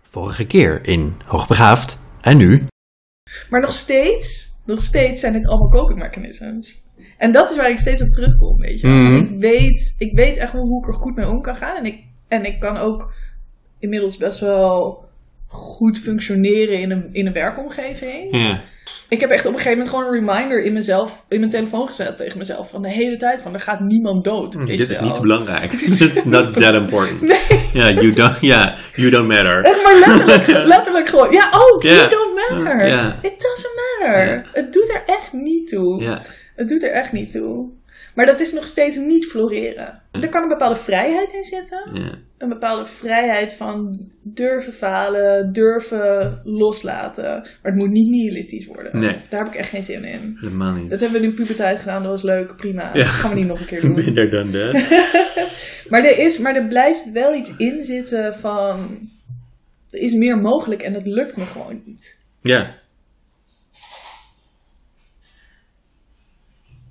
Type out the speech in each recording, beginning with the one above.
Vorige keer in Hoogbegaafd en nu. Maar nog steeds, nog steeds zijn het allemaal coping mechanisms. En dat is waar ik steeds op terugkom, weet je. Mhm. Ik, weet, ik weet echt hoe, hoe ik er goed mee om kan gaan. En ik, en ik kan ook inmiddels best wel goed functioneren in een, in een werkomgeving. Ja. Ik heb echt op een gegeven moment gewoon een reminder in, mezelf, in mijn telefoon gezet tegen mezelf. Van de hele tijd van, er gaat niemand dood. weet Mhm, Dit je is wel. niet belangrijk. It's not that important. Nee, Ja, you, don't, ja, you don't matter. echt maar letterlijk, letterlijk gewoon. Ja, oh, Ja. it don't matter. Ja. It doesn't matter. Ja. Het doet er echt niet toe. Ja, Het doet er echt niet toe. Maar dat is nog steeds niet floreren. Er kan een bepaalde vrijheid in zitten. ja. Een bepaalde vrijheid van durven falen, durven loslaten. Maar het moet niet nihilistisch worden. Nee. Daar heb ik echt geen zin in. helemaal niet. Dat hebben we in de puberteit gedaan, dat was leuk, prima. Ja. Dat gaan we niet nog een keer doen. Minder dan dat. Maar er, is, maar er blijft wel iets in zitten van. Er is meer mogelijk en dat lukt me gewoon niet. Ja.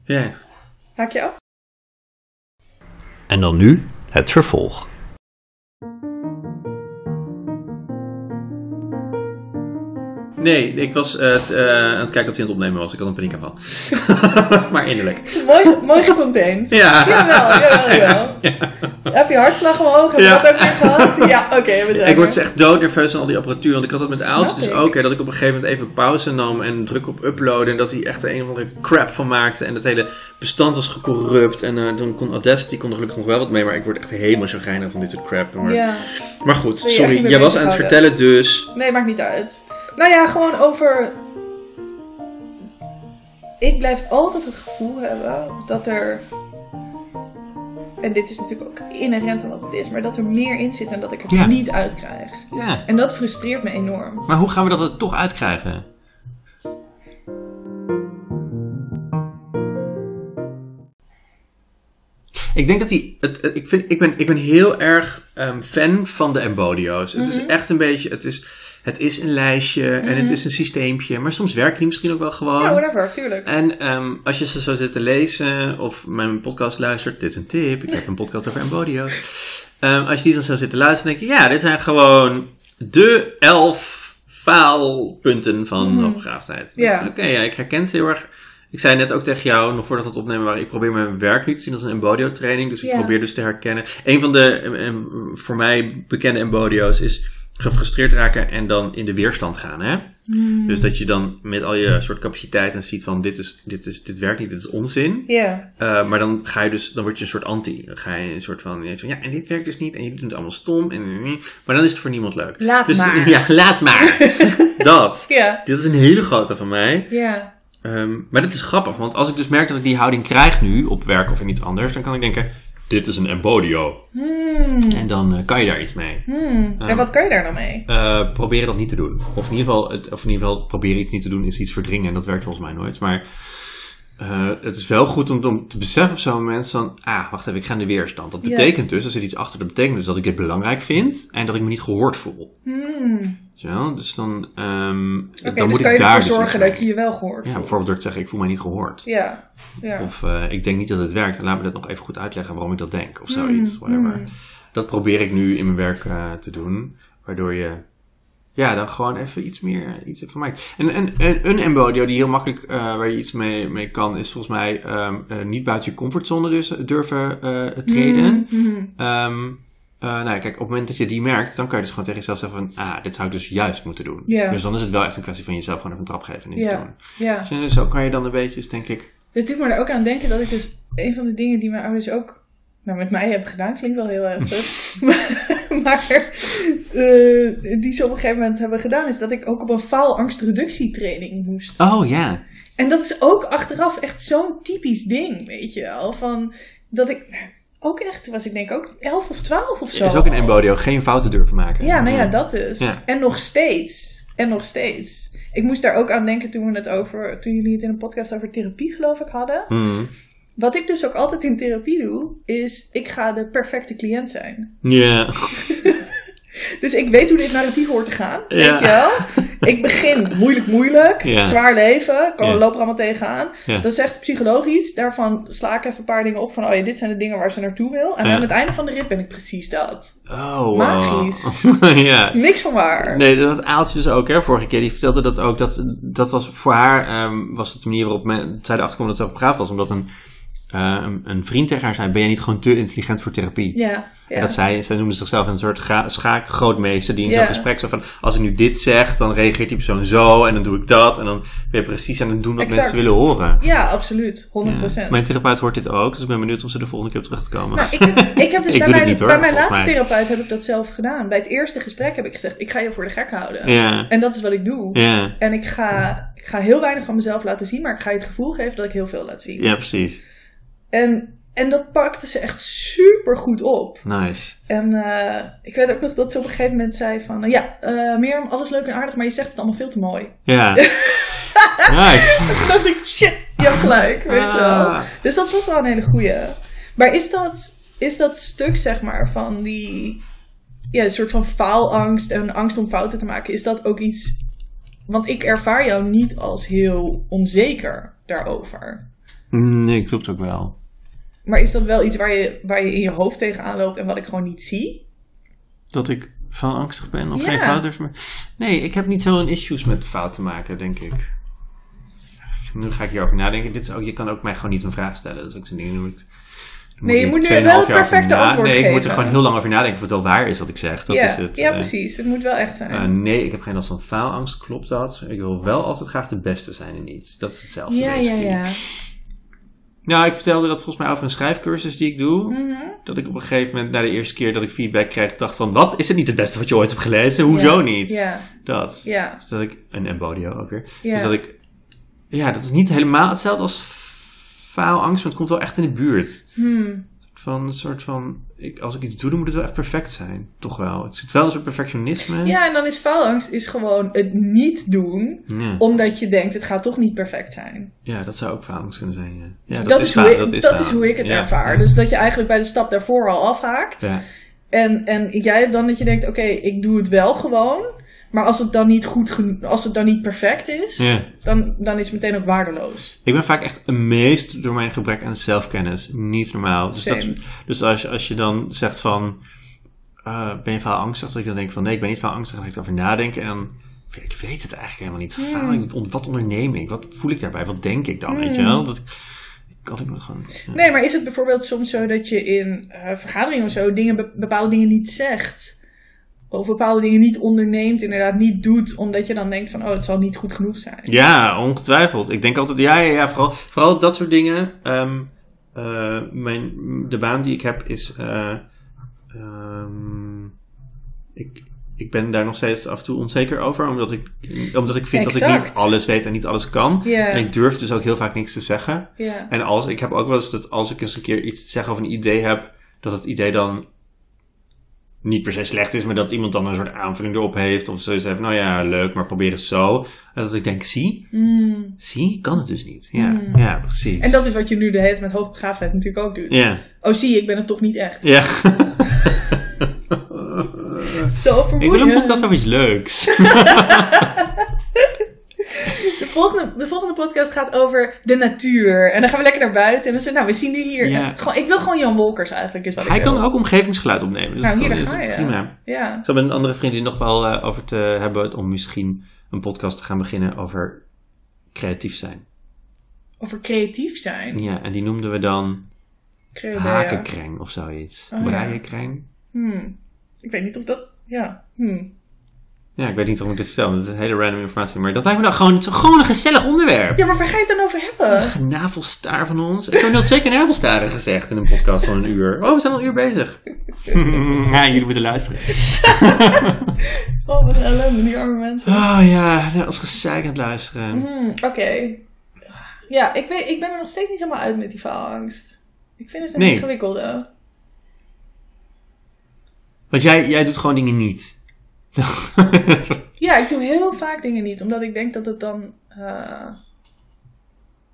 Ja. Haak je af? En dan nu het vervolg. Nee, ik was eh, t- eh, aan het kijken of hij aan het opnemen was. Ik had een paniekaanval. maar innerlijk. Mooi, mooi gepunteerd. Ja. Jawel, jawel, jawel. Heb je hartslag omhoog? Heb je Ja. dat ook weer gehad? Ja, oké, we zijn Ik word dus er. echt doodnerveus aan al die apparatuur. Want ik had dat met de ouders dus ik. ook. Hè, dat ik op een gegeven moment even pauze nam en druk op uploaden. En dat hij echt een of andere crap van maakte. En het hele bestand was gecorrupt. En eh, toen kon Audacity kon er gelukkig nog wel wat mee. Maar ik word echt helemaal zo geinig van dit soort crap. Maar, Ja. maar goed, Wil je echt niet sorry. meer Jij was aan het bezighouden? vertellen dus. Nee, maakt niet uit. Nou ja, gewoon over. Ik blijf altijd het gevoel hebben dat er. En dit is natuurlijk ook inherent aan wat het is, maar dat er meer in zit en dat ik het Ja. niet uitkrijg. Ja, En dat frustreert me enorm. maar hoe gaan we dat er toch uitkrijgen? Ik denk dat die. Het, het- ik, vind, ik, ben, ik ben heel erg ehm, fan van de Embodio's. Het is echt een beetje. Het is, het is een lijstje en het is een systeempje. Maar soms werken die misschien ook wel gewoon. Ja, whatever, tuurlijk. En ehm, als je ze zo zit te lezen of mijn podcast luistert, dit is een tip, ik heb een podcast over Embodio's. Ehm, als je die dan zo zit te luisteren, denk je, ja, dit zijn gewoon de elf faalpunten van hoogbegaafdheid. Dan Mhm. Ja. denk je, Oké, ja, ik herken ze heel erg. Ik zei net ook tegen jou, nog voordat we het opnemen waren, ik probeer mijn werk nu te zien als een embodio training. Dus ik Ja. probeer dus te herkennen. Een van de em, em, voor mij bekende embodio's is gefrustreerd raken en dan in de weerstand gaan. Hè? Hmm. Dus dat je dan met al je soort capaciteiten ziet van dit, is, dit, is, dit werkt niet, dit is onzin. Ja. Eh, maar dan ga je dus, dan word je een soort anti. Dan ga je een soort van, je zegt, ja, en dit werkt dus niet en je doet het allemaal stom. En, eh, maar dan is het voor niemand leuk. Laat dus, maar. Ja, laat maar. dat. Ja. Dit is een hele grote van mij. Ja. Ehm, maar dit is grappig, want als ik dus merk dat ik die houding krijg nu op werk of in iets anders, dan kan ik denken, dit is een embodio. Hmm. En dan eh, kan je daar iets mee. Ah. En wat kan je daar nou mee? Eh, proberen dat niet te doen. Of in, ieder geval, het, of in ieder geval proberen iets niet te doen is iets verdringen. En dat werkt volgens mij nooit. Maar eh, het is wel goed om, om te beseffen op zo'n moment van... Ah, wacht even, ik ga in de weerstand. Dat Ja. betekent dus, er zit iets achter. Dat betekent dus dat ik dit belangrijk vind. En dat ik me niet gehoord voel. Hmm. Weet je wel? Dus dan, ehm, Oké, dan dus moet kan ik je daar ervoor dus zorgen iets dat je je wel gehoord mee- Ja, voelt. bijvoorbeeld door te zeggen, ik voel mij niet gehoord. Ja. Ja. Of eh, ik denk niet dat het werkt. En laat me dat nog even goed uitleggen waarom ik dat denk. Of Hmm, zoiets, whatever. Dat probeer ik nu in mijn werk eh, te doen. Waardoor je ja, dan gewoon even iets meer eh, iets van maakt. En, en, en een embodio die heel makkelijk eh, waar je iets mee, mee kan... is volgens mij ehm, eh, niet buiten je comfortzone dus durven eh, treden. Hmm, Ehm, eh, nou, ja, kijk, op het moment dat je die merkt, dan kan je dus gewoon tegen jezelf zeggen van... ah, dit zou ik dus juist moeten doen. Ja. Dus dan is het wel echt een kwestie van jezelf gewoon even een trap geven en iets doen. ja. ja. Dus, eh, zo kan je dan een beetje, dus denk ik... Dit doet me er ook aan denken dat ik dus een van de dingen die mijn ouders ook nou, met mij hebben gedaan, klinkt wel heel heftig. maar maar, eh, die ze op een gegeven moment hebben gedaan, is dat ik ook op een faalangstreductietraining moest. Oh ja, En dat is ook achteraf echt zo'n typisch ding, weet je wel. Van dat ik nou, ook echt, was ik denk ook 11 of 12 of zo. Er is ook een embodio, geen fouten durven maken. Ja, nou ja, dat dus. Ja. En nog steeds. En nog steeds. Ik moest daar ook aan denken toen we het over, toen jullie het in een podcast over therapie geloof ik hadden. Hmm. Wat ik dus ook altijd in therapie doe, is ik ga de perfecte cliënt zijn. Ja. Dus ik weet hoe dit narratief hoort te gaan, Ja. weet je wel? ik begin moeilijk, moeilijk. Ja. Zwaar leven. Kan Ja. loop er allemaal tegenaan. Ja. Dat zegt de psycholoog iets. Daarvan sla ik even een paar dingen op van, oh ja, dit zijn de dingen waar ze naartoe wil. En Ja. aan het einde van de rit ben ik precies dat. Oh, wow. Magisch. ja. Niks van waar. Nee, dat Aaltje dus ook, hè, vorige keer. Die vertelde dat ook. Dat, dat was voor haar, ehm, was het de manier waarop men, zij erachter kwam dat ze ook begaafd was. Omdat een, eh, een, een vriend tegen haar zei, ben jij niet gewoon te intelligent voor therapie? Ja, ja. En dat zij, zij noemde zichzelf een soort ga- schaakgrootmeester die in Ja. zo'n gesprek zo van, als ik nu dit zeg, dan reageert die persoon zo en dan doe ik dat. En dan ben je precies aan het doen wat Exact. mensen willen horen. ja absoluut. 100%. Ja. Mijn therapeut hoort dit ook, dus ik ben benieuwd of ze de volgende keer op terug gaat komen. Nou, ik heb, ik heb dus Ik bij, doe dit mijn, niet, hoor, bij mijn volgens laatste mij. therapeut heb ik dat zelf gedaan. Bij het eerste gesprek heb ik gezegd, ik ga je voor de gek houden. ja. En dat is wat ik doe. Ja. En ik ga, ik ga heel weinig van mezelf laten zien, maar ik ga je het gevoel geven dat ik heel veel laat zien. ja, precies. En, en dat pakte ze echt super goed op. Nice. En eh, ik weet ook nog dat ze op een gegeven moment zei van... eh, ja, eh Mirjam, alles leuk en aardig, maar je zegt het allemaal veel te mooi. Ja. nice. Toen dacht ik, shit, je hebt gelijk, weet je wel. Ah. Dus dat was wel een hele goeie. Maar is dat, is dat stuk, zeg maar, van die... Ja, een soort van faalangst en angst om fouten te maken. Is dat ook iets... Want ik ervaar jou niet als heel onzeker daarover. Nee, klopt ook wel. Maar is dat wel iets waar je, waar je in je hoofd tegenaan loopt en wat ik gewoon niet zie? Dat ik van angstig ben of Ja. geen fouters meer. Nee, ik heb niet zo'n issues met fouten maken, denk ik. Nu ga ik hierover nadenken. Dit is ook, je kan ook mij gewoon niet een vraag stellen. Dat is ook zo'n ding. Dan moet ik- dan Nee, je ik moet nu 2,5 wel jaar over perfecte na- antwoord Nee, ik moet er geven. gewoon heel lang over nadenken of het wel waar is wat ik zeg. Dat ja, is het. ja eh. precies. Het moet wel echt zijn. Eh, nee, ik heb geen last van faalangst. Klopt dat? Ik wil wel altijd graag de beste zijn in iets. Dat is hetzelfde. ja, deze ja, keer. ja. Nou, ik vertelde dat volgens mij over een schrijfcursus die ik doe. Mhm. Dat ik op een gegeven moment, na de eerste keer dat ik feedback kreeg, dacht van... Wat? Is het niet het beste wat je ooit hebt gelezen? Hoezo Ja, niet? Ja, Dat. ja. Dus dat ik... En Embodio ook weer. Ja. Dus dat ik... Ja, dat is niet helemaal hetzelfde als faalangst, maar het komt wel echt in de buurt. Hmm. Van een soort van... Ik, als ik iets doe, dan moet het wel echt perfect zijn. Toch wel. Het zit wel een soort perfectionisme. Ja, en dan is faalangst is gewoon het niet doen Ja, omdat je denkt het gaat toch niet perfect zijn. Ja, dat zou ook faalangst kunnen zijn. Ja, ja dat, is, hoe faal- ik, dat, is, faal. hoe ik het Ja. ervaar. Dus dat je eigenlijk bij de stap daarvoor al afhaakt. Ja. En, en jij hebt dan dat je denkt oké, ik doe het wel gewoon. Maar als het dan niet goed geno- als het dan niet perfect is, ja. dan, dan is het meteen ook waardeloos. Ik ben vaak echt amazed door mijn gebrek aan zelfkennis. Niet normaal. Dus, dat, Same. dus als, je- als je dan zegt van... eh, ben je vaal angstig? Dat ik dan denk van... Nee, ik ben niet vaal angstig. Dan ga ik erover nadenken. En dan... Ik weet het eigenlijk helemaal niet. Hmm. Faal ik? On- Wat onderneem ik? Wat voel ik daarbij? Wat denk ik dan? Weet je wel? Dat kan ik me gewoon... ja. Nee, maar is het bijvoorbeeld soms zo dat je in eh, vergaderingen of zo dingen, be- bepaalde dingen niet zegt? Of bepaalde dingen niet onderneemt, inderdaad niet doet, omdat je dan denkt van, oh, het zal niet goed genoeg zijn. Ja, ongetwijfeld. Ik denk altijd, ja, ja, ja vooral, vooral dat soort dingen. Ehm, eh, mijn, de baan die ik heb is. eh, ehm, ik, ik ben daar nog steeds af en toe onzeker over, omdat ik, omdat ik vind dat ik Exact. niet alles weet en niet alles kan. Ja. En ik durf dus ook heel vaak niks te zeggen. Ja. En als, ik heb ook wel eens dat als ik eens een keer iets zeg of een idee heb, dat het idee dan niet per se slecht is, maar dat iemand dan een soort aanvulling erop heeft. Of zoiets heeft, nou ja, leuk, maar probeer eens zo. En dat ik denk, zie, Mm. zie, kan het dus niet. Ja, Mm. ja precies. En dat is wat je nu de hele tijd met hoogbegaafdheid natuurlijk ook doet. Ja, Oh, zie je, ik ben het toch niet echt. ja. Zo vermoeiend. ik wil een podcast over iets leuks. De volgende, de volgende podcast gaat over de natuur. En dan gaan we lekker naar buiten. En dan zeggen we, nou, we zien nu hier. Ja. En gewoon, ik wil gewoon Jan Wolkers eigenlijk, is wat Hij ik wil. kan ook omgevingsgeluid opnemen. Dus Nou, dat hier, is daar ga je. Prima. Ja. Ik zal met een andere vriendin nog wel eh, over te hebben om misschien een podcast te gaan beginnen over creatief zijn. Over creatief zijn. Ja, en die noemden we dan Creëren. hakenkreng of zoiets. Oh, ja. Braaienkreng. Hmm. Ik weet niet of dat... Ja. Hmm. Ja, ik weet niet hoe ik dit vertel, want het is hele random informatie. Maar dat lijkt me nou gewoon, het is gewoon een gezellig onderwerp. Ja, maar waar ga je het dan over hebben? Een navelstaar van ons. Ik heb nu al twee keer navelstaren gezegd in een podcast van een uur. Oh, we zijn al een uur bezig. ja, jullie moeten luisteren. Oh, wat een ellende, die arme mensen. Oh ja, net als gezeik aan het luisteren. Hmm, Oké. Ja, ik, weet, ik ben er nog steeds niet helemaal uit met die faalangst. Ik vind het een Nee. ingewikkelde. Want jij, jij doet gewoon dingen niet. Ja, ik doe heel vaak dingen niet, omdat ik denk dat het dan. eh,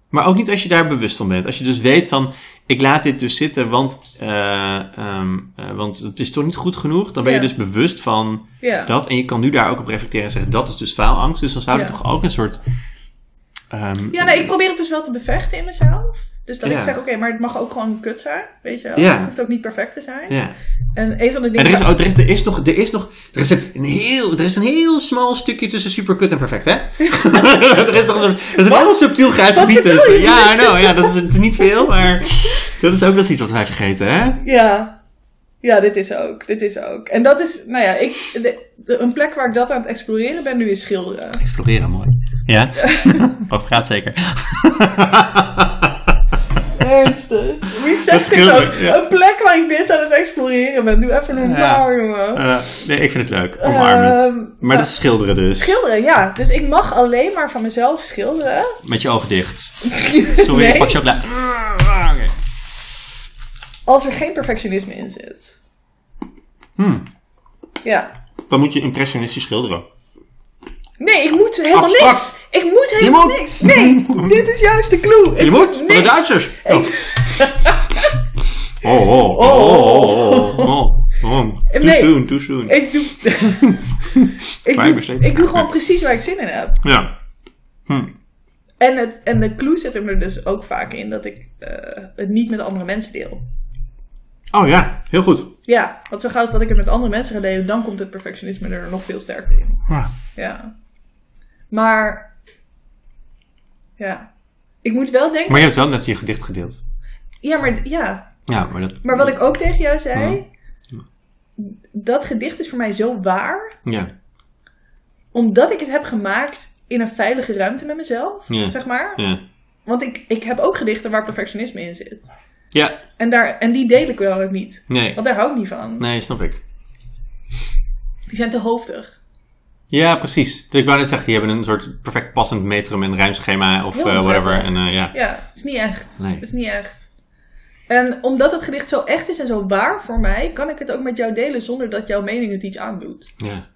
Maar ook niet als je daar bewust van bent. Als je dus weet van, ik laat dit dus zitten, want, eh, ehm, eh, want het is toch niet goed genoeg. Dan ben je Ja. dus bewust van Ja. dat. En je kan nu daar ook op reflecteren en zeggen, dat is dus faalangst. Dus dan zou er Ja. toch ook een soort... ehm, Ja, nee, ik probeer het dus wel te bevechten in mezelf. Dus dat Ja. ik zeg, oké, maar het mag ook gewoon kut zijn, weet je wel. Ja. Het hoeft ook niet perfect te zijn. ja. En een van de En dingen... er is, oh, er is, er is nog, er is nog, er is een heel, er is een heel smal stukje tussen superkut en perfect, hè? er is nog een, er is een Wat? heel subtiel graadsgebied Wat bedoel tussen. je? Ja, nou ja, dat is, het is niet veel, maar dat is ook wel eens iets wat wij vergeten, hè? Ja. Ja, dit is ook. Dit is ook. En dat is, nou ja, ik, de- de- een plek waar ik dat aan het exploreren ben nu is schilderen. Exploreren, mooi. Ja? of gaat zeker. Ernstig. Wie Dat zegt dit schilderen, ook? ja. Een plek waar ik dit aan het exploreren ben. Doe even normaal, jongen. Eh, nee, ik vind het leuk. Omarm Ehm, het. Maar dat is schilderen dus. Schilderen, ja. Dus ik mag alleen maar van mezelf schilderen. Met je ogen dicht. Sorry, Nee. Mm, ik pak je ook la- Ah, oké. Als er geen perfectionisme in zit. Hmm. Ja. Dan moet je impressionistisch schilderen. Nee, ik moet helemaal Abstract. niks. Ik moet helemaal moet- niks. Nee, dit is juist de clue. Ik Je moet, voor de niks. Duitsers. Oh, oh, oh, oh, oh, oh, oh. Too Nee. soon, too soon. Ik doe... ik, Maar ik doe besleep- ik doe gewoon precies waar ik zin in heb. Ja. Hm. En, het, en de clue zit hem er dus ook vaak in dat ik eh, het niet met andere mensen deel. Oh ja, heel goed. Ja, want zo gauw als dat ik het met andere mensen ga delen, dan komt het perfectionisme er nog veel sterker in. Ja. Ja. Maar, ja. Ik moet wel denken... Maar je hebt wel net je gedicht gedeeld. Ja, maar, ja. Ja, maar dat... maar wat ik ook tegen jou zei, dat gedicht is voor mij zo waar Ja. omdat ik het heb gemaakt in een veilige ruimte met mezelf, Ja. zeg maar. Ja. Want ik, ik heb ook gedichten waar perfectionisme in zit. Ja. En, daar, en die deel ik wel ook niet. Nee. Want daar hou ik niet van. Nee, snap ik. Die zijn te hoofdig. Ja, precies. Dus ik wou net zeggen, die hebben een soort perfect passend metrum en rijmschema of Heel eh, whatever. En ontwerpig. eh, ja. Ja, het is niet echt. Nee. Het is niet echt. En omdat het gedicht zo echt is en zo waar voor mij, kan ik het ook met jou delen zonder dat jouw mening het iets aandoet. Ja.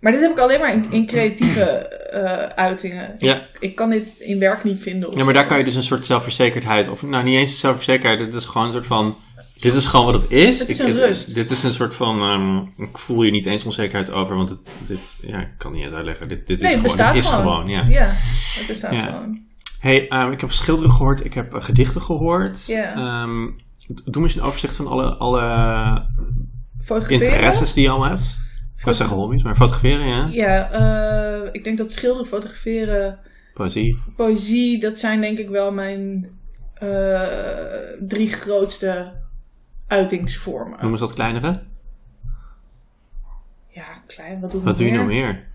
Maar dit heb ik alleen maar in, in creatieve eh, uitingen. Ja. Ik kan dit in werk niet vinden. of ja, maar zo. daar kan je dus een soort zelfverzekerdheid, of nou niet eens zelfverzekerdheid, het is gewoon een soort van, dit is gewoon wat het is. Het is Ik- een dit, rust. dit is een soort van, ehm, ik voel je niet eens onzekerheid over, want dit, dit ja, ik kan niet eens uitleggen, dit, dit Nee, is het dus gewoon, bestaat dit is gewoon. gewoon, ja. ja, het bestaat Ja. gewoon. Hey, ehm, ik heb schilderen gehoord, ik heb eh, gedichten gehoord. Ja. Ehm, doe me eens een overzicht van alle, alle Fotograferen? interesses die je allemaal hebt. Ik wou zeggen hobby's, maar fotograferen, ja. Ja, eh, ik denk dat schilderen, fotograferen, Poëzie. poëzie, dat zijn denk ik wel mijn eh, drie grootste uitingsvormen. Noem eens wat kleinere. Ja, klein, wat doe ik Wat doe je meer? nog meer?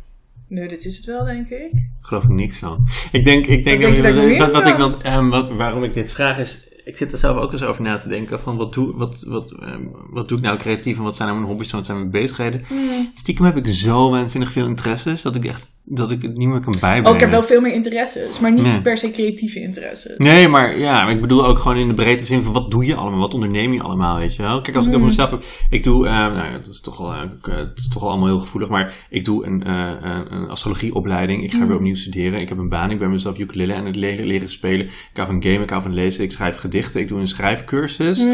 Nee, dit is het wel, denk ik. geloof ik niks van. Ik denk, ik denk, Wat denk je dat, dat dat, ik nog dat ik meer dat, ehm, wat, waarom ik dit vraag is, ik zit er zelf ook eens over na te denken van wat doe, wat, wat, ehm, wat doe ik nou creatief en wat zijn nou mijn hobby's en wat zijn mijn bezigheden. Hmm. Stiekem heb ik zo waanzinnig veel interesses dat ik echt, dat ik het niet meer kan bijbrengen. Oh, ik heb wel veel meer interesses, maar niet Nee. per se creatieve interesses. Nee, maar ja, maar ik bedoel ook gewoon in de breedte zin van wat doe je allemaal, wat onderneem je allemaal, weet je wel. Kijk, als ik op mezelf, ik doe, eh, nou ja, het is, toch al, eh, ik, eh, het is toch al allemaal heel gevoelig, maar ik doe een, eh, een, een astrologieopleiding, ik ga weer opnieuw studeren, ik heb een baan, ik ben mezelf ukulele aan het leren, leren spelen, ik hou van gamen, ik hou van lezen, ik schrijf gedichten, ik doe een schrijfcursus,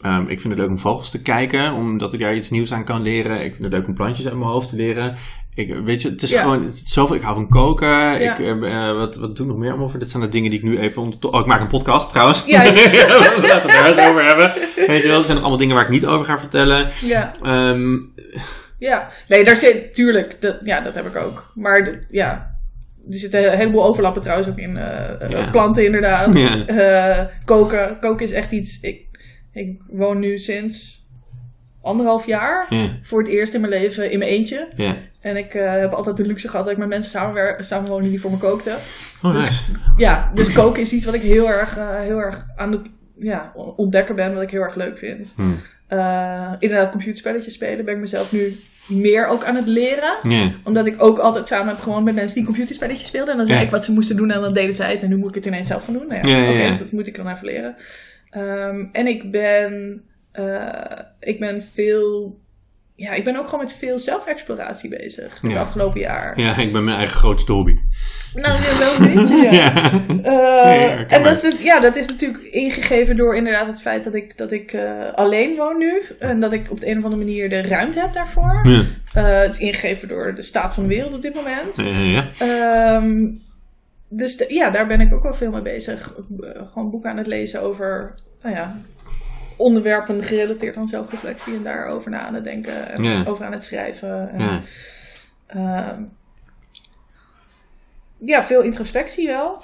Ehm, ik vind het leuk om vogels te kijken, omdat ik daar iets nieuws aan kan leren, ik vind het leuk om plantjes uit mijn hoofd te leren. Ik, eh, weet je, het is Ja. gewoon het is zoveel. Ik hou van koken. Ik, Ja. eh, eh, wat, wat doe ik nog meer allemaal voor? Dit zijn de dingen die ik nu even... onder- Oh, ik maak een podcast trouwens. Ja. Laten we het daar eens over hebben. Weet je wel, er zijn nog allemaal dingen waar ik niet over ga vertellen. Ja, Ehm, ja. Nee, daar zit, tuurlijk, dat, ja, dat heb ik ook. Maar d- ja, er zitten een heleboel overlappen trouwens ook in. eh, eh, Ja. Planten inderdaad. Ja. Eh, koken. Koken is echt iets, ik, ik woon nu sinds anderhalf jaar. Ja. Voor het eerst in mijn leven in mijn eentje. Ja. En ik eh, heb altijd de luxe gehad dat ik met mensen samenwer- samenwoonde die voor me kookten. Oh, Dus- nice. Ja, dus koken is iets wat ik heel erg, eh, heel erg aan het ja, ontdekken ben, wat ik heel erg leuk vind. Hmm. Eh, inderdaad, computerspelletjes spelen ben ik mezelf nu meer ook aan het leren. Ja. Omdat ik ook altijd samen heb gewoond met mensen die computerspelletjes speelden. En dan zei Ja. ik wat ze moesten doen en dan deden zij het. En nu moet ik het ineens zelf gaan doen. Nou ja, Ja, ja, oké, ja. dus dat moet ik dan even leren. Ehm, en ik ben, eh, ik ben veel ja, ik ben ook gewoon met veel zelfexploratie bezig het Ja. afgelopen jaar. Ja, ik ben mijn eigen grootste hobby. Nou, ja, wel een beetje, ja. Eh, Nee, herkenbaar. en dat is, het- ja, dat is natuurlijk ingegeven door inderdaad het feit dat ik, dat ik eh, alleen woon nu. En dat ik op de een of andere manier de ruimte heb daarvoor. Ja. Eh, het is ingegeven door de staat van de wereld op dit moment. Eh, ja. Ehm, dus de- ja, daar ben ik ook wel veel mee bezig. Eh, gewoon boeken aan het lezen over nou ja, onderwerpen gerelateerd aan zelfreflectie. En daarover na aan het denken en Ja. over aan het schrijven. En, Ja. ehm, ja, veel introspectie wel.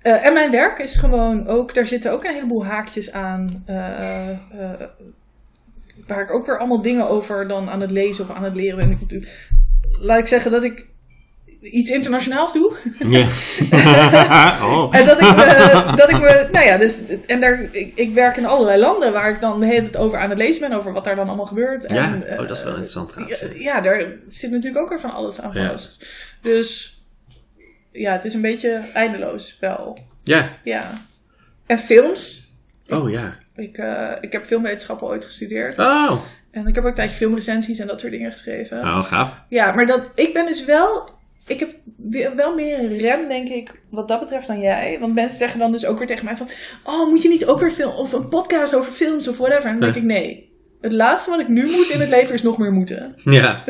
Eh, en mijn werk is gewoon ook, daar zitten ook een heleboel haakjes aan. eh, eh, waar ik ook weer allemaal dingen over dan aan het lezen of aan het leren ben. Ik doe- Laat ik zeggen dat ik iets internationaals doe. Ja. oh. En dat ik me, dat ik me nou ja, dus, en daar, ik, ik werk in allerlei landen waar ik dan de hele tijd over aan het lezen ben, over wat daar dan allemaal gebeurt. En, Ja, eh, oh, dat is wel interessant trouwens. ja, ja. ja, daar zit natuurlijk ook weer van alles aan Ja. vast. Dus ja, het is een beetje eindeloos wel. Ja, Ja. En films. oh ja. Ik, eh, ik heb filmwetenschappen ooit gestudeerd. Oh, En ik heb ook een tijdje filmrecensies en dat soort dingen geschreven. oh gaaf. Ja, maar dat, ik ben dus wel. Ik heb we- wel meer een rem, denk ik, wat dat betreft dan jij. Want mensen zeggen dan dus ook weer tegen mij van... Oh, moet je niet ook weer film, of een podcast over films of whatever? En dan denk Ja. ik, nee. Het laatste wat ik nu moet in het leven is nog meer moeten. Ja.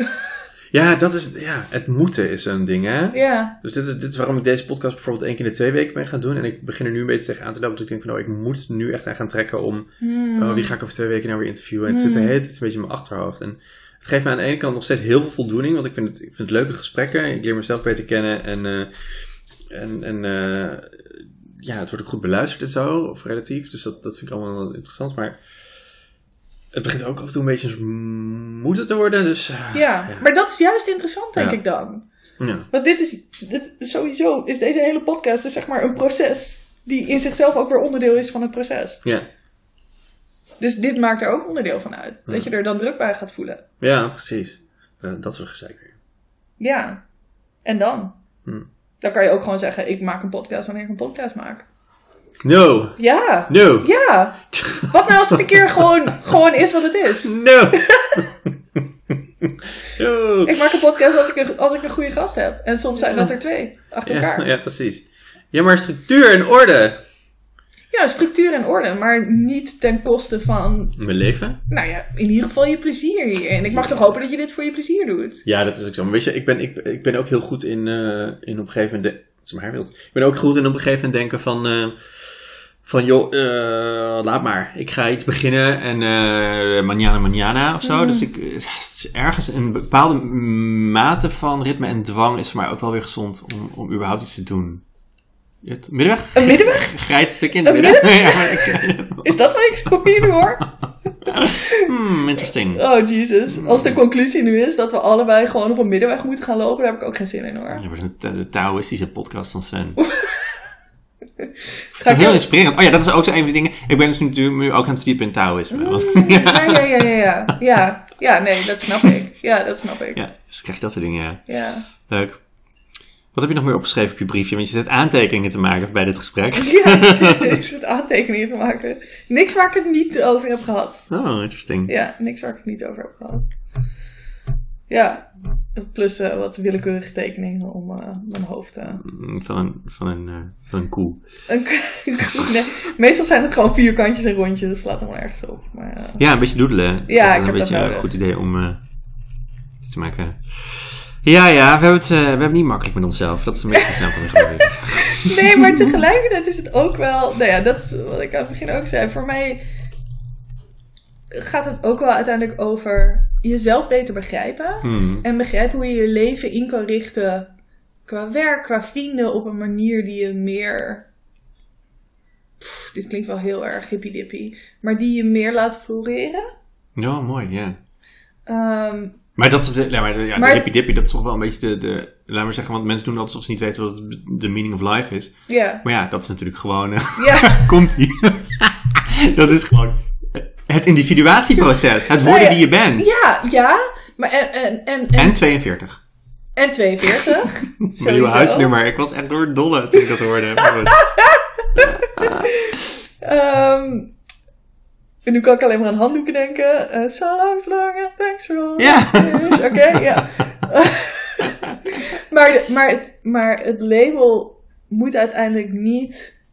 Ja, dat is, ja, het moeten is zo'n ding, hè? Ja, Dus dit is, dit is waarom ik deze podcast bijvoorbeeld één keer in de twee weken ben gaan doen. En ik begin er nu een beetje tegen aan te lopen. Dat ik denk van, oh, ik moet nu echt aan gaan trekken om... Hmm. Mhm. Oh, wie ga ik over twee weken nou weer interviewen? En het zit de hele tijd een beetje in mijn achterhoofd. En het geeft me aan de ene kant nog steeds heel veel voldoening. Want ik vind het, ik vind het leuke gesprekken. Ik leer mezelf beter kennen. En, eh, en, en eh, ja, het wordt ook goed beluisterd en zo. Of relatief. Dus dat, dat vind ik allemaal wel interessant. Maar het begint ook af en toe een beetje een soort moeten te worden. Dus ah, ja. maar dat is juist interessant, denk Ja. ik dan. ja. Want dit is... Dit, sowieso is deze hele podcast dus zeg maar een proces... die in zichzelf ook weer onderdeel is van het proces. Ja, Dus dit maakt er ook onderdeel van uit. Dat je er dan druk bij gaat voelen. ja precies. Eh, dat soort gezeik weer. Ja, en dan? Hm. Dan kan je ook gewoon zeggen, ik maak een podcast wanneer ik een podcast maak. No! Ja, No! ja. Wat nou als het een keer gewoon, gewoon is wat het is? No! no. Ik maak een podcast als ik een, als ik een goede gast heb. En soms zijn dat er twee, achter Ja, elkaar. ja, precies. Ja, maar structuur en orde. Ja, structuur en orde, maar niet ten koste van, Mijn leven? nou ja, in ieder geval je plezier hierin. Ik mag toch hopen dat je dit voor je plezier doet? Ja, dat is ook zo. Maar weet je, ik ben, ik, ik ben ook heel goed in, eh, in op een gegeven moment... de- Wat is mijn haar wild? Ik ben ook goed in op een gegeven moment denken van... eh, van joh, eh, laat maar. Ik ga iets beginnen en eh manjana manjana of zo. Dus ik, eh, het is ergens een bepaalde mate van ritme en dwang is voor mij ook wel weer gezond om, om überhaupt iets te doen. Het middag? Een middenweg? Grijs stuk in de Een middag? ja, maar ik, Is dat wat ik probeer nu hoor? hmm, interesting. Oh Jesus. Als de conclusie nu is dat we allebei gewoon op een middenweg moeten gaan lopen, daar heb ik ook geen zin in hoor. Dat wordt een ta- de Taoïstische podcast van Sven. Ga ik heel jou- inspirerend. Oh ja, dat is ook zo een van die dingen. Ik ben dus nu, natuurlijk nu ook aan het verdiepen in Taoïsme. Want, Ja, ja, ja, ja, ja. Ja, ja, nee, dat snap ik. Ja, dat snap ik. Ja. ja, dus krijg je dat soort dingen, ja. Ja, Leuk. Wat heb je nog meer opgeschreven op je briefje? Want je zit aantekeningen te maken bij dit gesprek. ik zit aantekeningen te maken. Niks waar ik het niet over heb gehad. Oh, interesting. Ja, niks waar ik het niet over heb gehad. Ja, plus eh, wat willekeurige tekeningen om eh, mijn hoofd te... Mm, Van een, van een, eh, van een koe. Een k- een k- nee, meestal zijn het gewoon vierkantjes en rondjes, dus slaat er wel ergens op. Maar, eh, Ja, een beetje doedelen. Ja, dat ik is heb een dat beetje een nodig. goed idee om eh, iets te maken. Ja, ja, we hebben het, eh, we hebben het niet makkelijk met onszelf. Dat is een beetje de snel van de week. Nee, maar tegelijkertijd is het ook wel. Nou ja, dat is wat ik aan het begin ook zei. Voor mij gaat het ook wel uiteindelijk over jezelf beter begrijpen. Hmm. En begrijpen hoe je je leven in kan richten qua werk, qua vrienden, op een manier die je meer. Pff, dit klinkt wel heel erg hippie-dippie. Maar die je meer laat floreren. Ja, mooi, ja. Ehm, Maar dat is de, ja, maar de, ja, Maar- de hippie-dippie, dat is toch wel een beetje de, de... Laat maar zeggen, want mensen doen dat alsof ze niet weten wat de meaning of life is. Ja. Maar ja, dat is natuurlijk gewoon... eh, Ja. Komt-ie. dat is gewoon eh, het individuatieproces. Het worden ja. wie je bent. Ja, ja. Maar en, en, en, en, En 42. en 42. Mijn nieuwe sowieso. huisnummer. Ik was echt door het dolle toen ik dat hoorde. Maar goed. Ehm, En nu kan ik alleen maar aan handdoeken denken. Eh so long, so long, and thanks for all. Ja. my years. Oké, ja. maar, de- maar, het, maar het label moet uiteindelijk niet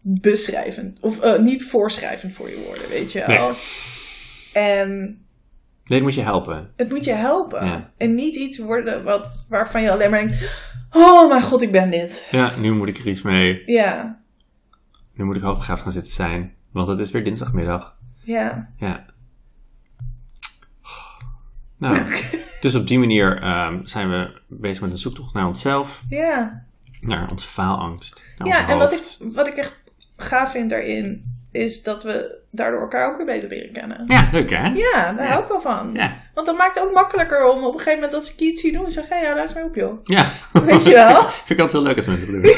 beschrijvend, of eh, niet voorschrijvend voor je worden, weet je wel. Nee. En Nee, ik moet je helpen. het moet je helpen. Ja. En niet iets worden wat, waarvan je alleen maar denkt: oh mijn god, ik ben dit. Ja, nu moet ik er iets mee. Ja, Nu moet ik hoogbegaafd gaan zitten zijn. Want het is weer dinsdagmiddag. ja. Ja. Nou, dus op die manier ehm, zijn we bezig met een zoektocht naar onszelf. Ja, Naar onze faalangst. Naar Ja, ons en wat hoofd. ik, wat ik echt gaaf vind daarin, is dat we daardoor elkaar ook weer beter leren kennen. Ja, leuk hè? Ja, daar Ja. hou ik wel van. Ja. Want dat maakt het ook makkelijker om op een gegeven moment als ik je iets zie doen, zeg hé, ja, luister mij op joh. Ja. Weet je wel? Vind ik altijd heel leuk als mensen dat doen.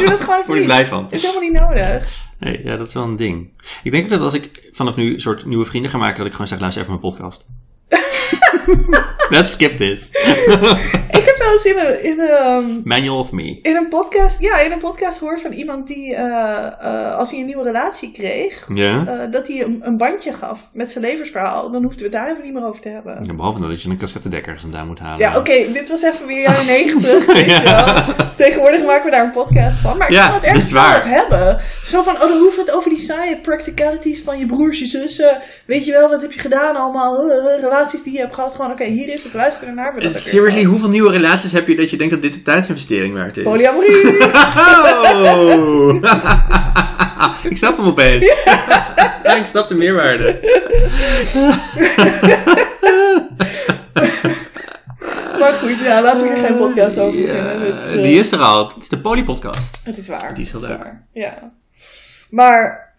Doe dat gewoon even Word ik niet. blij van. Is helemaal niet nodig. Nee, ja, dat is wel een ding. Ik denk ook dat als ik vanaf nu een soort nieuwe vrienden ga maken, dat ik gewoon zeg, luister even mijn podcast. Let's skip this. Ik heb wel eens in een, in, een, Manual of me. in een podcast, ja, in een podcast gehoord van iemand die, eh, eh, als hij een nieuwe relatie kreeg, Ja? eh, dat hij een, een bandje gaf met zijn levensverhaal. Dan hoefden we het daar even niet meer over te hebben. Ja, behalve dat je een cassettedekker eens vandaan moet halen. Ja, oké, dit was even weer jaren 90, weet je wel. Tegenwoordig maken we daar een podcast van. Maar ik Ja, kan het dat ergens is wel waar. wat hebben. Zo van, oh, dan hoeven we het over die saaie practicalities van je broers, je zussen. Weet je wel, wat heb je gedaan allemaal? eh, eh, relaties die je hebt gehad. Gewoon, oké, hier is het, luisteren naar. hebben we dat ook weer Seriously, gehad. hoeveel nieuwe relaties heb je dat je denkt dat dit de tijdsinvestering waard is? Polyamorie. Oh! ik snap hem opeens. Ja, ik snap de meerwaarde. maar goed, ja, laten we er geen podcast over beginnen. Het is, eh, Die is er al. Het is de Polypodcast. het is waar. die is heel het leuk. waar, Ja. Maar,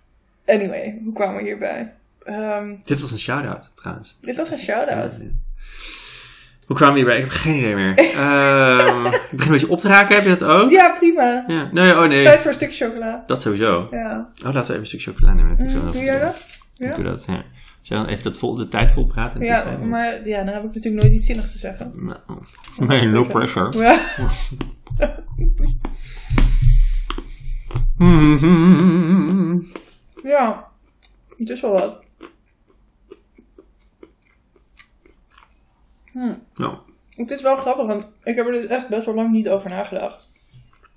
anyway, hoe kwamen we hierbij? Ehm, Dit was een shout-out, trouwens. dit was een shout-out. Hoe kwamen we hierbij? Ik heb geen idee meer. Ehm, ik begin een beetje op te raken. Heb je dat ook? Ja, prima. Ja. Nee, oh nee. Tijd voor een stuk chocola. Dat sowieso. Ja. Oh, laten we even een stuk chocola nemen. Ik Mm, zal Doe jij dat? Ik Ja? doe dat, ja. Als jij dan even dat vol, de tijd Dus, eh, vol praat. en Ja, tussen- maar ja, dan heb ik natuurlijk nooit iets zinnigs te zeggen. Nou. Nee, no pressure. Ja. Mhm. ja, het is wel wat. Nou, Het is wel grappig, want ik heb er dus echt best wel lang niet over nagedacht.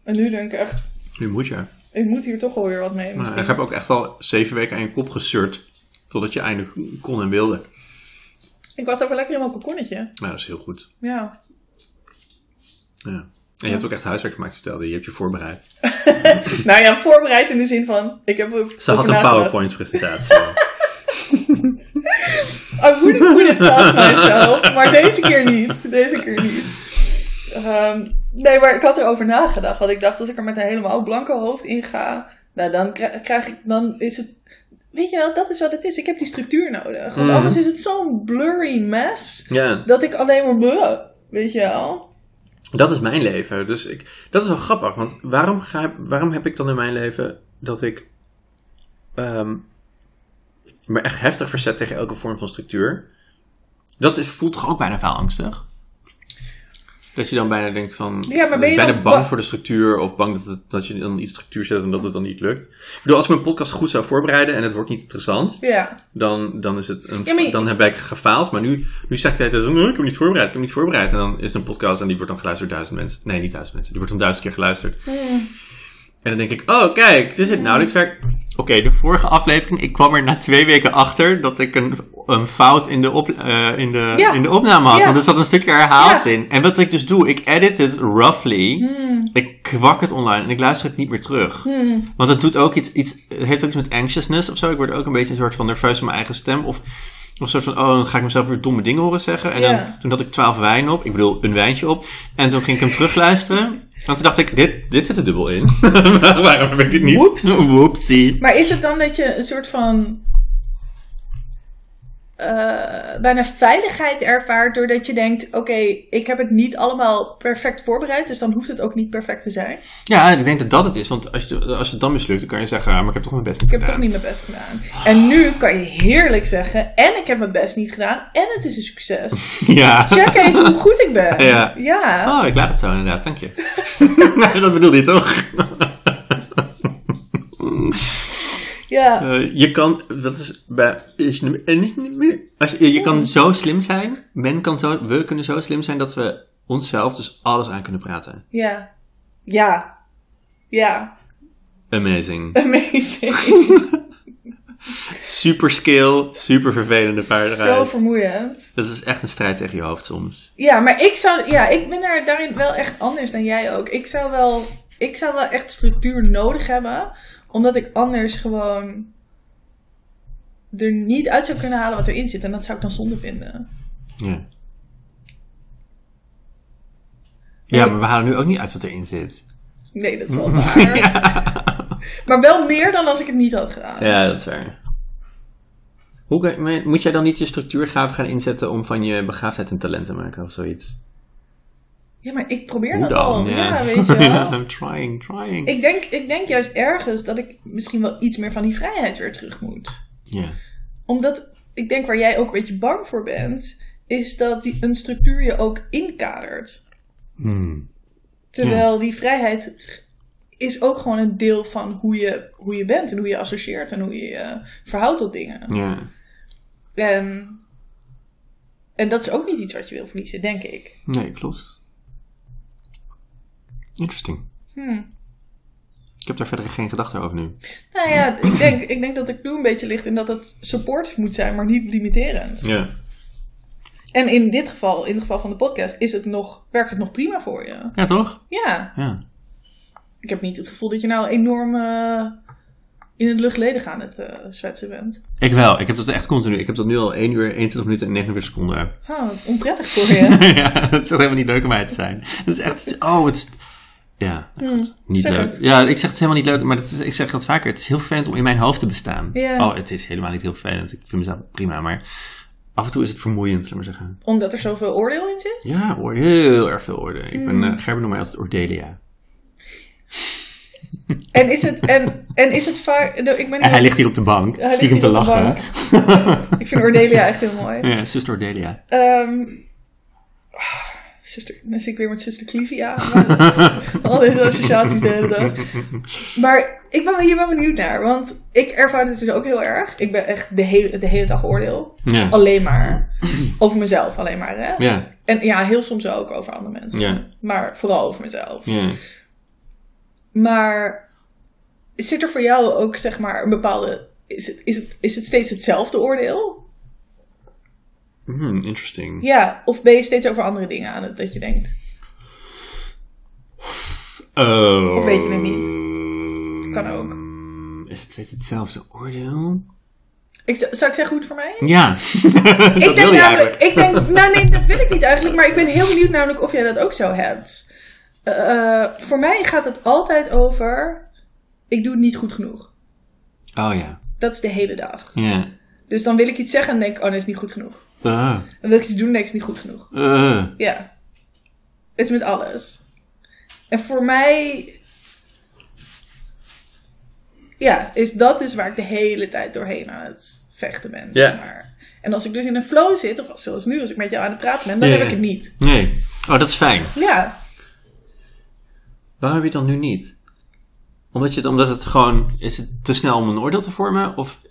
En nu denk ik echt, nu moet je. ik moet hier toch wel weer wat mee. Maar misschien. Nou, ik heb ook echt al zeven weken aan je kop gesurd. Totdat je eindelijk kon en wilde. Ik was even lekker in mijn kokonnetje. Nou, dat is heel goed. Ja. Ja. En je hebt ook echt huiswerk gemaakt, vertelde je. Je hebt je voorbereid. Nou ja, voorbereid in de zin van, ik heb er Ze had een PowerPoint-presentatie. I wouldn't put it past myself, maar deze keer niet. Deze keer niet. Ehm, nee, maar ik had erover nagedacht. Want ik dacht, als ik er met een helemaal blanco hoofd in ga, nou, dan kri- krijg ik, dan is het. Weet je wel, dat is wat het is. Ik heb die structuur nodig. Want Mhm. anders is het zo'n blurry mess ja. dat ik alleen maar. bleh, weet je wel? Dat is mijn leven. Dus ik, dat is wel grappig. Want waarom, ga, waarom heb ik dan in mijn leven dat ik ehm, me echt heftig verzet tegen elke vorm van structuur? Dat is, voelt toch ook bijna faalangstig? Dat je dan bijna denkt van, dus Ja, maar ben je bijna dan bang ba- voor de structuur of bang dat, het- dat je dan iets structuur zet en dat het dan niet lukt. Ik bedoel, als ik mijn podcast goed zou voorbereiden en het wordt niet interessant, Ja. dan, dan, is het een, Ja, maar je- dan heb ik gefaald. Maar nu, nu zegt hij dat ik heb hem niet voorbereid, ik heb hem niet voorbereid. En dan is het een podcast en die wordt dan geluisterd door duizend mensen. Nee, niet duizend mensen. Die wordt dan duizend keer geluisterd. En dan denk ik, oh kijk, dit is het nauwelijks werk. Oké, de vorige aflevering, ik kwam er na twee weken achter dat ik een, een fout in de, op, eh, in, de, Ja. in de opname had. Ja. Want er zat Dus een stukje herhaald Ja. Hmm. in. En wat ik dus doe, ik edit het roughly. Ik kwak het online en ik luister het niet meer terug. Want het doet ook iets, iets, het heeft ook iets met anxiousness of zo. Ik word ook een beetje een soort van nerveus van mijn eigen stem. Of, of soort van, oh, dan ga ik mezelf weer domme dingen horen zeggen. En Ja. dan, toen had ik twaalf wijn op, ik bedoel, een wijntje op. En toen ging ik hem terugluisteren. Want toen dacht ik, dit, dit zit er dubbel in. Waarom heb ik dit niet? Woeps. Whoopsie. Maar is het dan dat je een soort van. eh, bijna veiligheid ervaart doordat je denkt: oké, ik heb het niet allemaal perfect voorbereid, dus dan hoeft het ook niet perfect te zijn. Ja, ik denk dat dat het is. Want als, je, als het dan mislukt, dan kan je zeggen, ah, maar ik heb toch mijn best niet Ik heb gedaan. toch niet mijn best gedaan. En nu kan je heerlijk zeggen: en ik heb mijn best niet gedaan, en het is een succes. Ja. Check even hoe goed ik ben. Ja. ja. Oh, ik laat het zo inderdaad, dank je. nee, dat bedoelde je toch? Ja. Eh, je kan, dat is bij, is, nu- en is niet meer- als, je je kan zo slim zijn, men kan zo, we kunnen zo slim zijn dat we onszelf dus alles aan kunnen praten. Ja. Ja. Ja. Amazing. Amazing. Super skill, super vervelende Zo vaardigheid. vermoeiend. Dat is echt een strijd tegen je hoofd soms. Ja, maar ik zou. Ja, ik ben daar, daarin wel echt anders dan jij ook. Ik zou wel. Ik zou wel echt structuur nodig hebben. Omdat ik anders gewoon. er niet uit zou kunnen halen wat erin zit. En dat zou ik dan zonde vinden. Ja. Ja, maar we halen nu ook niet uit wat erin zit. Nee, dat is wel waar. Maar wel meer dan als ik het niet had gedaan. Ja, dat is waar. Hoe kan, maar moet jij dan niet je structuurgave gaan inzetten om van je begaafdheid een talent te maken of zoiets? Ja, maar ik probeer Hoe dat al. dan? Oh, Ja, weet je wel. Ja, I'm trying, trying. Ik denk, ik denk juist ergens dat ik misschien wel iets meer van die vrijheid weer terug moet. Ja. Omdat ik denk waar jij ook een beetje bang voor bent, is dat die, een structuur je ook inkadert. Hmm. Terwijl die vrijheid is ook gewoon een deel van hoe je, hoe je bent en hoe je associeert en hoe je je verhoudt tot dingen. Ja. En, en dat is ook niet iets wat je wil verliezen, denk ik. Nee, klopt. Interesting. Hmm. Ik heb daar verder geen gedachten over nu. Nou ja, ik denk, ik denk dat de clue een beetje ligt in dat het supportive moet zijn, maar niet limiterend. Ja. En in dit geval, in het geval van de podcast, is het nog, werkt het nog prima voor je. Ja, toch? Ja, Ja. ik heb niet het gevoel dat je nou enorm eh, in het luchtledig aan het eh zwetsen bent. Ik wel. Ik heb dat echt continu. Ik heb dat nu al 1 uur, 21 minuten en 49 seconden. Ha, wat onprettig voor je. ja, dat is echt helemaal niet leuk om uit te zijn. Het is echt... Oh, het is... Ja, nou goed. Niet Hmm, Zeg leuk. het. Ja, ik zeg het is helemaal niet leuk, maar dat is, ik zeg dat vaker. Het is heel vervelend om in mijn hoofd te bestaan. Ja. Oh, het is helemaal niet heel vervelend. Ik vind mezelf prima, maar af en toe is het vermoeiend, laat maar zeggen. Omdat er zoveel oordeel in zit? Ja, hoor, heel erg veel orde. Ik Hmm. ben, eh, Gerben noemt mij altijd Ordelia. En is het, en, en is het vaak... nou, Ik ben En hij ligt hier op de bank, Hij ligt stiekem hier te op de lachen. Ik vind Ordelia echt heel mooi. ja, zuster Ordelia. Ehm ah, zuster, dan zit ik weer met zuster Clivia. maar dat- Al deze associaties de hele dag. Maar ik ben hier wel benieuwd naar. Want ik ervaar het dus ook heel erg. Ik ben echt de hele, de hele dag oordeel. Ja. Alleen maar. Over mezelf alleen maar. Hè? Ja, En ja, heel soms ook over andere mensen. ja, Maar vooral over mezelf. ja. Maar zit er voor jou ook zeg maar een bepaalde... Is het, is het, is het steeds hetzelfde oordeel? Hmm, interesting. Ja, of ben je steeds over andere dingen aan het dat je denkt... Oh. Of weet je het niet? Kan ook. Mm. Is het steeds hetzelfde oordeel? Ik, z- zou ik zeggen hoe het voor mij is? Ja, dat ik denk wilde je namelijk, eigenlijk. ik denk, nou nee, dat wil ik niet eigenlijk, maar ik ben heel benieuwd namelijk of jij dat ook zo hebt. Eh, voor mij gaat het altijd over, ik doe het niet goed genoeg. Oh ja, Dat is de hele dag. ja. Dus dan wil ik iets zeggen en denk ik, oh nee, is niet goed genoeg. Eh, Dan wil ik iets doen en denk ik, is niet goed genoeg. eh. Ja. Het is met alles. En voor mij. Ja, is dat is waar ik de hele tijd doorheen aan het vechten ben. Ja. Zeg maar. En als ik dus in een flow zit, of als, zoals nu, als ik met jou aan het praten ben, dan Ja, heb ik ja. het niet. Nee. Oh, dat is fijn. Ja, Waarom heb je het dan nu niet? Omdat, je het, omdat het gewoon... Is het te snel om een oordeel te vormen? Of...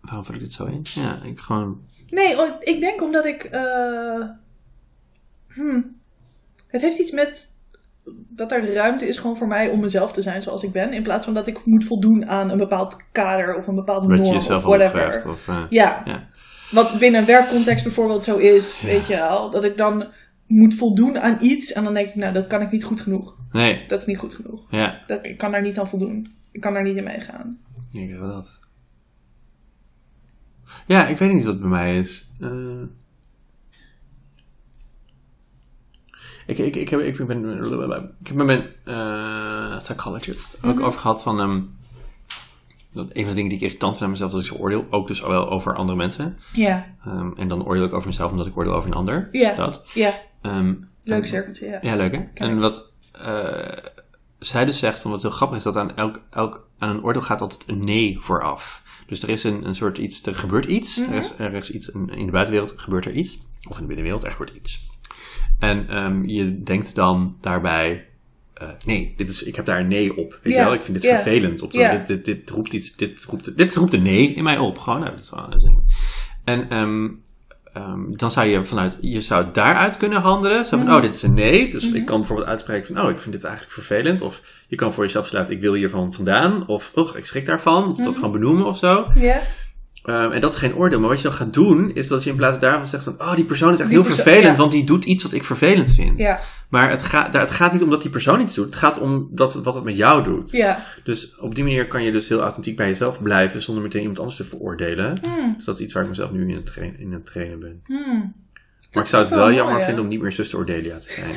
Waarom vul ik dit zo in? Ja, ik gewoon... Nee, o- ik denk omdat ik. eh, hmm. Het heeft iets met dat er ruimte is gewoon voor mij om mezelf te zijn zoals ik ben. In plaats van dat ik moet voldoen aan een bepaald kader of een bepaald Wat je norm jezelf of al whatever. krijgt. Of, eh, Ja, ja. wat binnen werkcontext bijvoorbeeld zo is, weet je wel. Dat ik dan moet voldoen aan iets en dan denk ik, nou, dat kan ik niet goed genoeg. Nee, Dat is niet goed genoeg. ja. Dat, ik kan daar niet aan voldoen. Ik kan daar niet in meegaan. Ik denk wel dat. Ja, ik weet niet wat het bij mij is. Eh, ik, ik, ik, heb, ik ben, ik heb met mijn eh, psychologist ook Mhm. over gehad van... ehm, dat een van de dingen die ik irritant vind aan mezelf, dat ik zo oordeel. Ook dus wel over andere mensen. Ja, Ehm, en dan oordeel ik over mezelf omdat ik oordeel over een ander. Ja. Dat. ja. Ehm, Leuk en- cirkeltje, ja. ja, leuk hè? En wat eh, zij dus zegt, wat heel grappig is, dat aan, elk, elk, aan een oordeel gaat altijd een nee vooraf. Dus er is een, een soort iets, er gebeurt iets. er, is, Mhm. er is iets, in in de buitenwereld gebeurt er iets. Of in de binnenwereld, er gebeurt iets. En ehm, je denkt dan daarbij, eh, nee, dit is, ik heb daar een nee op. Weet Ja. je wel? Ik vind dit Ja. vervelend. Op de- Ja. dit, dit, dit roept iets, dit roept, dit roept een nee in mij op. Gewoon, nou, dat is wel- dat is- En ehm, ehm, dan zou je vanuit, je zou daaruit kunnen handelen. Zo van, oh, dit is een nee. Dus Mhm. ik kan bijvoorbeeld uitspreken van, oh, ik vind dit eigenlijk vervelend. Of je kan voor jezelf sluiten, ik wil hiervan vandaan. Of, oh, ik schrik daarvan. Of Mhm. dat gewoon benoemen of zo. Ja. Ehm, en dat is geen oordeel. Maar wat je dan gaat doen, is dat je in plaats daarvan zegt van... Oh, die persoon is echt Die heel persoon- vervelend, ja. want die doet iets wat ik vervelend vind. Ja. Maar het, gaat daar- het gaat niet om dat die persoon iets doet. Het gaat om dat, wat het met jou doet. Ja. Dus op die manier kan je dus heel authentiek bij jezelf blijven... zonder meteen iemand anders te veroordelen. Dus dat is iets waar ik mezelf nu in het, train- in het trainen ben. Hmm. Maar ik zou het wel wel mooi, jammer ja. vinden om niet meer zuster Ordelia te zijn.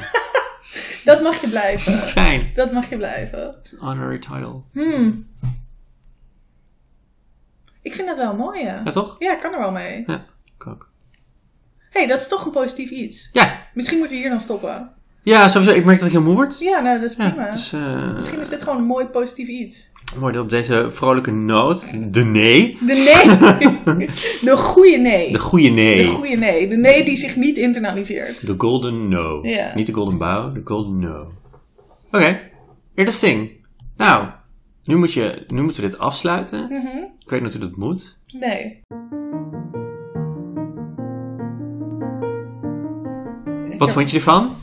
Dat mag je blijven. Fijn. Het Dat mag je blijven. is een honorary title. Hmm. Ik vind dat wel mooi, ja. Ja, toch? Ja, ik kan er wel mee. Ja, ik ook. Hé, hey, dat is toch een positief iets. Ja. Misschien moeten we hier dan stoppen. Ja, sowieso. Ik merk dat ik heel moe word. Ja, nou, dat is Ja, prima. dus, eh, Misschien is dit gewoon een mooi positief iets. Mooi dat op deze vrolijke noot, de nee, De nee. De goede nee. de goede nee, De de, goede nee. De nee die zich niet internaliseert. golden no. Ja. Niet de golden bow, de golden no. Oké, interesting. Nou, nu, moet je, nu moeten we dit afsluiten. Mhm. Ik weet niet hoe dat moet. Nee. Wat vond je ervan?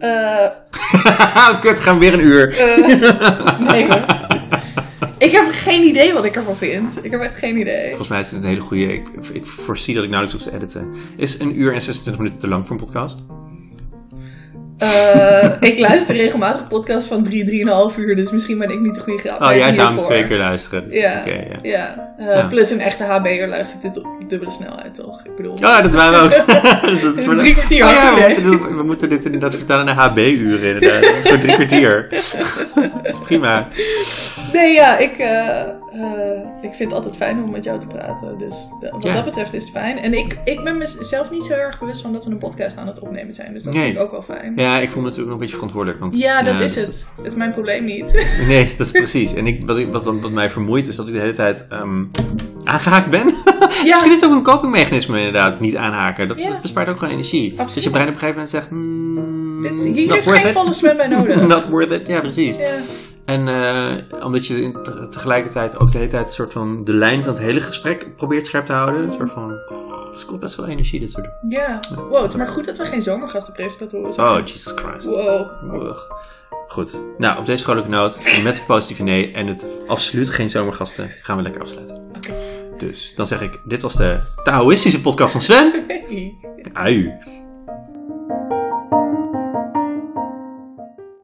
Eh, Kut, gaan we weer een uur. eh, nee hoor. Ik heb geen idee wat ik ervan vind. Ik heb echt geen idee. Volgens mij is het een hele goede. Ik, ik voorzie dat ik nauwelijks hoef te editen. Is een uur en 26 minuten te lang voor een podcast? Oh, Eh, ik luister regelmatig podcasts van 3, 3,5 uur, dus misschien ben ik niet de goede grap. Oh, jij zou hem hiervoor. twee keer luisteren. Dus Ja. dat is oké, ja. Ja. Eh, Ja. Plus een echte HB'er luistert dit op dubbele snelheid, toch? Ik bedoel... Oh, ja, dat waren we ook. Dus dat Het is is voor de- drie kwartier, Oh, ja, we, hartstikke moeten dit, we moeten dit inderdaad vertalen naar HB-uren inderdaad. Dat is voor drie kwartier. dat is prima. Nee, ja, ik, eh, eh, ik vind het altijd fijn om met jou te praten. Dus eh, wat Ja. dat betreft is het fijn. En ik, ik ben mezelf niet zo erg bewust van dat we een podcast aan het opnemen zijn. Dus dat Nee. vind ik ook wel fijn. Ja, Ja, ik voel me natuurlijk nog een beetje verantwoordelijk. Want, dat is dus- het. Dat is mijn probleem niet. Nee, dat is precies. En ik, wat, ik- wat, wat mij vermoeit is dat ik de hele tijd ehm, aangehaakt ben. Misschien is het ook een copingmechanisme inderdaad, niet aanhaken. Dat, Ja. dat bespaart ook gewoon energie. Absoluut. Dus je brein op een gegeven moment zegt... Mm, Dit, hier not is worth geen it. volle zwem bij nodig. Not worth it, ja precies. Ja. En eh, omdat je in te- tegelijkertijd ook de hele tijd een soort van de lijn van het hele gesprek probeert scherp te houden. Een soort van. Oh, het kost best wel energie, dit soort dingen. ja. Wow, het is maar goed dat we geen zomergastenpresentatoren zijn. Oh, Jesus Christ. Wow. Ugh. Goed. Nou, op deze vrolijke noot, met de positieve nee en het absoluut geen zomergasten, gaan we lekker afsluiten. Oké. Dus dan zeg ik: dit was de Taoïstische podcast van Sven. Hey. Ui.